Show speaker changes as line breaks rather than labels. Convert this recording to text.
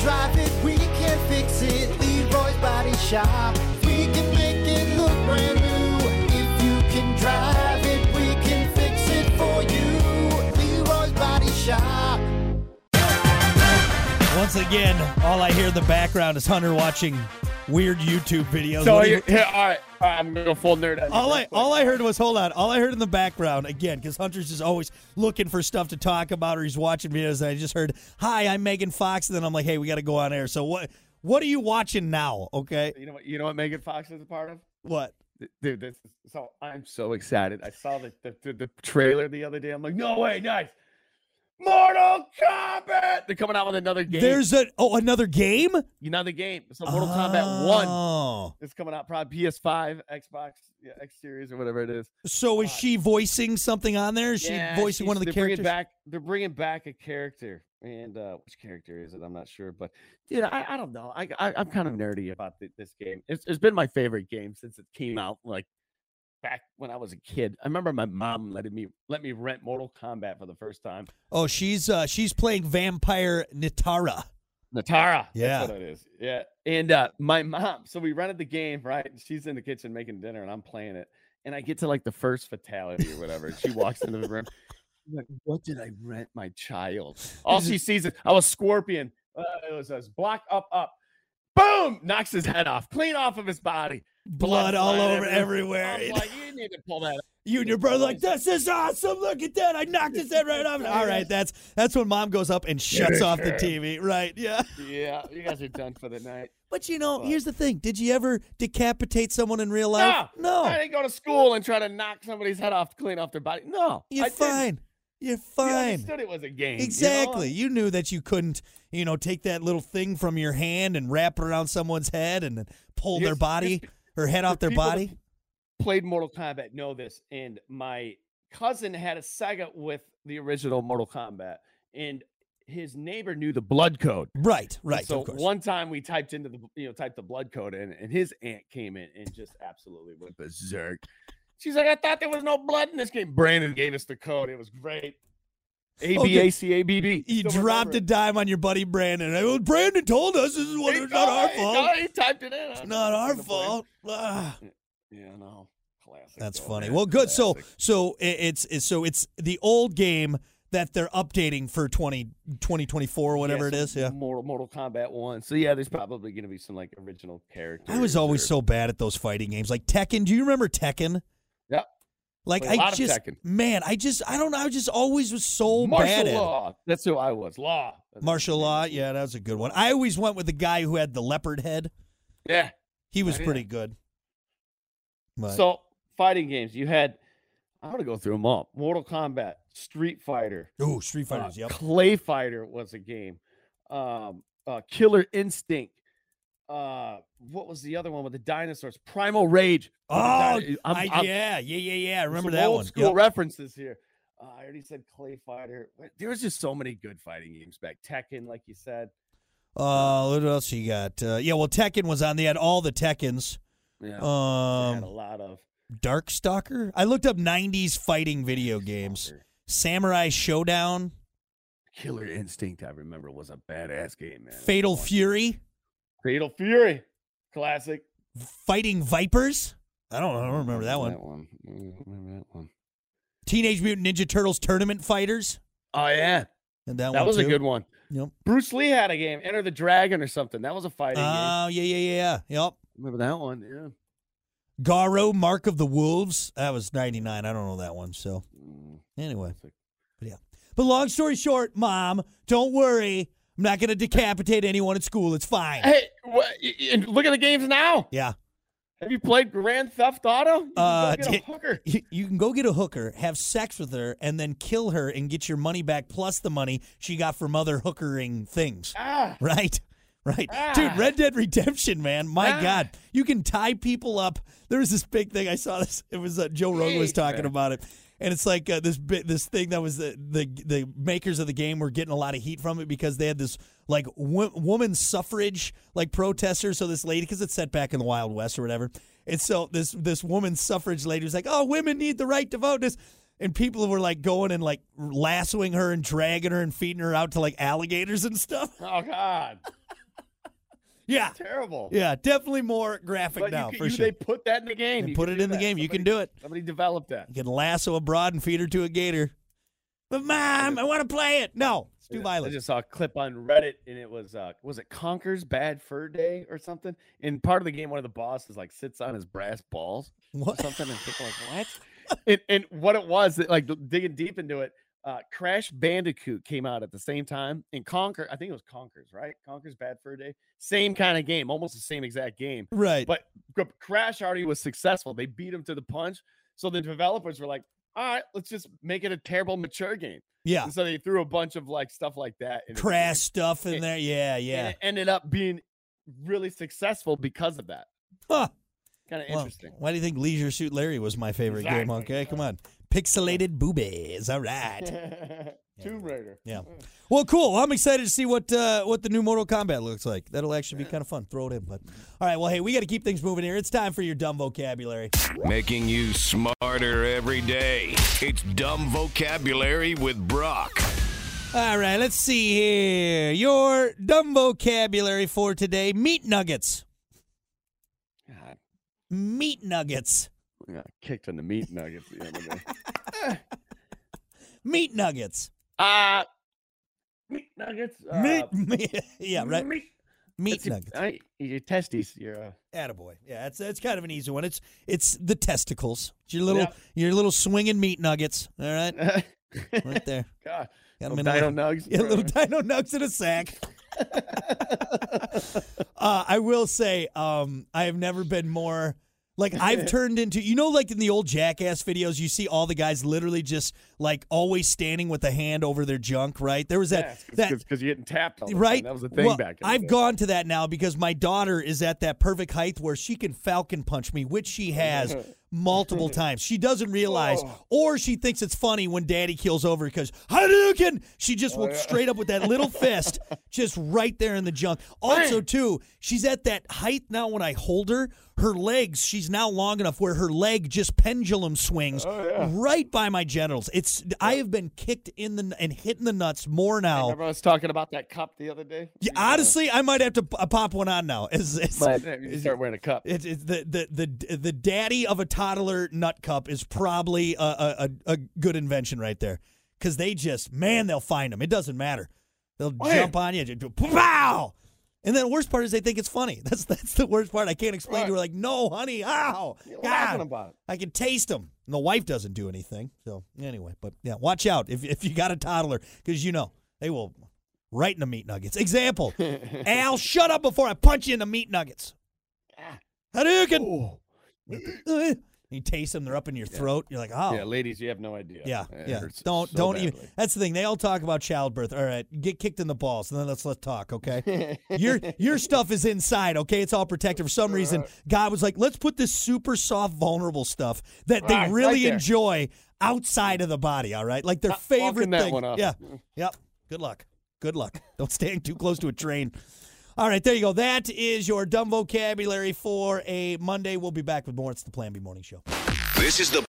drive it, we can fix it. Leroy's Body Shop. We can make it look brand new. If you can drive it, we can fix it for you. Leroy's Body Shop.
Once again, all I hear in the background is Hunter watching weird YouTube videos.
So
What do you-
here, here, all right, all right, I'm gonna go full nerd. on you
all
real
I
quick.
all I heard was hold on. All I heard in the background again because Hunter's just always looking for stuff to talk about or he's watching videos. And I just heard, "Hi, I'm Megan Fox," and then I'm like, "Hey, we got to go on air." So what what are you watching now? Okay,
you know what? You know what Megan Fox is a part of?
what?
Th- Dude, this is so. I'm so excited. I saw the the, the, the trailer the other day. I'm like, no way, nice. Mortal Kombat. They're coming out with another game.
There's a oh another game.
you know the game. So Mortal Kombat One
Oh.
is coming out probably PS5, Xbox, yeah, X Series, or whatever it is.
So is she voicing something on there? Is
Yeah,
she voicing one of the
she's- they're
characters?
Bringing back, they're bringing back a character, and uh, which character is it? I'm not sure, but dude, I, I don't know. I, I I'm kind of nerdy about thi- this game. It's, it's been my favorite game since it came out, like back when I was a kid. I remember my mom letting me let me rent Mortal Kombat for the first time.
Oh, she's uh she's playing vampire Nitara.
Natara,
Yeah.
that's what it is. Yeah, and uh, my mom. So we rented the game, right? And she's in the kitchen making dinner, and I'm playing it. And I get to like the first fatality or whatever. and she walks into the room. She's like, what did I rent my child? All she sees is I was scorpion. Uh, it was us block up up. Boom! Knocks his head off, clean off of his body.
Blood all
flying
over everywhere.
I'm like, you need to pull that.
You and your brother like, this is awesome. Look at that. I knocked his head right off. All right, that's that's when mom goes up and shuts off the TV. Right, yeah.
Yeah, you guys are done for the night.
But you know,
Fuck.
here's the thing. Did you ever decapitate someone in real life?
No, I didn't go to school and try to knock somebody's head off, clean off their body. No,
You're
I didn't.
fine. You're
You
fine.
understood it was a game. you know?
Exactly. You, knew that you couldn't, you know, take that little thing from your hand and wrap it around someone's head and then pull their
Yes,
body
yes,
or head
the
off their
people that
body.
Played Mortal Kombat, know this. And my cousin had a Sega with the original Mortal Kombat, and his neighbor knew the blood code.
Right,
And
right.
So
of course.
one time we typed into the you know typed the blood code in, and his aunt came in and just absolutely went berserk. She's like, I thought there was no blood in this game. Brandon gave us the code. It was great. A B A C A B B.
you
Still
dropped
remember
a
it.
dime on your buddy Brandon. Well, Brandon told us this is what
He
it's not our
died.
fault.
No, he typed it in. I
It's
was
not
like,
our
I'm gonna blame-
fault. Ah.
Yeah, no. Classic.
That's
though,
funny.
Oh, man.
Well, good. So,
Classic.
so i- it's, it's so it's the old game that they're updating for 20, 2024 or whatever it
so
is. Yeah.
Mortal Mortal Kombat One. So yeah, there's probably gonna be some like original characters.
I was always
or-
so bad at those fighting games, like Tekken. Do you remember Tekken?
Yep.
Like
Played a
I
lot of
just,
Tekken.
man, I just, I don't know. I just always was so bad
martial
at it.
law. That's who I was. Law. That's what
martial
his name
law.
was.
Yeah, that was a good one. I always went with the guy who had the leopard head.
Yeah.
He was
Oh, yeah.
pretty good. But-
So fighting games. You had. I'm gonna go through them all. Mortal Kombat, Street Fighter,
ooh, Street
uh,
Fighters. yep.
Clay Fighter was a game. Um, uh, Killer Instinct. Uh, what was the other one with the dinosaurs? Primal Rage. with the
Oh,
dino-
I- yeah, yeah, yeah, yeah. I
There's
remember
some
that
old
one.
School
Yep.
references here. Uh, I already said Clay Fighter. Like, There was just so many good fighting games back. Tekken, like you said.
Uh, what else you got? Uh, yeah, well, Tekken was on. They had all the Tekkens.
Yeah. they had a
Um,
lot of
Darkstalker. I looked up '90s fighting video games.
Stalker.
Samurai Showdown,
Killer Instinct, I remember, was a badass game, man. It was
Fatal
fun.
Fury,
Fatal Fury, classic.
Fighting Vipers. I don't. I don't remember that one.
That one. I don't remember that one.
Teenage Mutant Ninja Turtles Tournament Fighters.
Oh yeah,
And that,
that,
one
was a
too.
good one.
Yep.
Bruce Lee had a game, Enter the Dragon or something. That was a fighting game.
Oh yeah, yeah, yeah, yeah. Yep.
Remember that one? Yeah.
Garo, Mark of the Wolves. That was '99. I don't know that one. So
Mm,
anyway,
classic.
but long story short, Mom, don't worry. I'm not gonna decapitate anyone at school. It's fine.
Hey, what, and look at the games now.
Yeah.
Have you played Grand Theft Auto? You can go
Uh,
get a
di-
hooker.
You, you can go get a hooker, have sex with her, and then kill her and get your money back plus the money she got from other hookering things.
Ah,
Right? Right.
Ah.
Dude, Red Dead Redemption, man. My
Ah.
God. You can tie people up. There was this big thing. I saw this. It was uh, Joe Rogan was
Jeez,
talking
man.
about it. And it's like uh, this bit, this thing that was the, the the makers of the game were getting a lot of heat from it because they had this like wo- woman suffrage like protester. So this lady, because it's set back in the Wild West or whatever, and so this this woman suffrage lady was like, "Oh, women need the right to vote." This and people were like going and like lassoing her and dragging her and feeding her out to like alligators and stuff.
oh God.
Yeah.
It's terrible.
Yeah, definitely more graphic
But you
now
can-
for
you-
sure.
They put that in the game.
They
You
put
can
it
do
in the
that.
game. You
Somebody-
can do it.
Somebody developed that.
You can lasso a broad and feed her to a gator. But mom, I want to play it. No, it's too
Yeah, I
violent.
just saw a clip on Reddit, and it was uh, was it Conker's Bad Fur Day or something? And part of the game, one of the bosses like sits on his brass balls or
What?
something, and people are like what? and, and what it was that like digging deep into it, uh, Crash Bandicoot came out at the same time, and Conker, I think it was Conker's, right? Conker's Bad Fur Day, same kind of game, almost the same exact game.
Right.
But Gr- Crash already was successful. They beat him to the punch. So the developers were like, all right, let's just make it a terrible mature game.
yeah.
And so they threw a bunch of like stuff like that. in it,
Crash stuff in
It-
there. Yeah,
And
yeah.
it ended up being really successful because of that.
Huh.
Kind of
Well,
interesting.
why do you think Leisure Suit Larry was my favorite game?
Exactly,
Okay,
yeah.
come on. Pixelated boobies. All right.
Tomb Raider.
Yeah. Well, cool. Well, I'm excited to see what uh, what the new Mortal Kombat looks like. That'll actually be kind of fun. Throw it in, but all right. Well, hey, we got to keep things moving here. It's time for your dumb vocabulary.
Making you smarter every day. It's Dumb Vocabulary with Brock.
All right, let's see here. Your dumb vocabulary for today: meat nuggets.
God,
Meat nuggets.
I got kicked in the meat nuggets the other day.
Meat nuggets.
Uh, meat nuggets. Uh,
meat. yeah, right. Meat,
it's your-
nuggets.
I- your testes. Your, uh,
Attaboy. Yeah, that's that's kind of an easy one. It's it's the testicles. It's your little
Yeah.
your little swinging meat nuggets. All right, right there.
uh, God.
Got 'em
little
in a
dino
little-
nugs. uh,
Yeah, little
brother.
dino nugs in a sack. uh, I will say, um, I have never been more like I've turned into you know, like in the old jackass videos, you see all the guys literally just like always standing with a hand over their junk, right? There was that that
because you're getting tapped. All the time.
right?
That was the thing
Well,
back. In the
I've
day.
gone to that now because my daughter is at that perfect height where she can falcon punch me, which she has multiple times. She doesn't realize,
Oh.
or she thinks it's funny when daddy kills over because Hadouken. She just
Oh,
will straight up with that little fist, just right there in the junk. Also, too, she's at that height now. When I hold her, her legs, she's now long enough where her leg just pendulum swings
Oh,
right by my genitals. It's I have been kicked in the and hit in the nuts more now.
Remember I was talking about that cup the other day.
Yeah,
You, uh,
honestly, I might have to p- uh, pop one on now. It's, it's,
But you start wearing a cup.
it's, it's the, the the the daddy of a toddler nut cup is probably a a, a, a good invention right there, because they just man they'll find them. It doesn't matter. They'll jump on you, just do pow. And then the worst part is they think it's funny. That's that's the worst part. I can't explain to her like, no, honey, ow,
You're laughing
God,
about it.
I can taste them. And the wife doesn't do anything. So anyway, but yeah, watch out if if you got a toddler because you know they will right in the meat nuggets. Example, Al, shut up before I punch you in the meat nuggets. Hadouken. Uh, You taste them; they're up in your throat. You're like, oh,
Yeah, ladies, you have no idea.
yeah,
It
yeah.
hurts
Don't
so
don't even.
badly.
That's the thing. They all talk about childbirth. All right, get kicked in the balls, and then let's let's talk. Okay, your your stuff is inside. Okay, it's all protected. For some reason, God was like, let's put this super soft, vulnerable stuff that
Right,
they
right
really
there.
enjoy outside of the body. All right, like their favorite
that
thing.
one up.
Yeah, yep. Good luck. Good luck. Don't stand too close to a train. All right, there you go. That is your dumb vocabulary for a Monday. We'll be back with more. It's the Plan B Morning Show.
This is the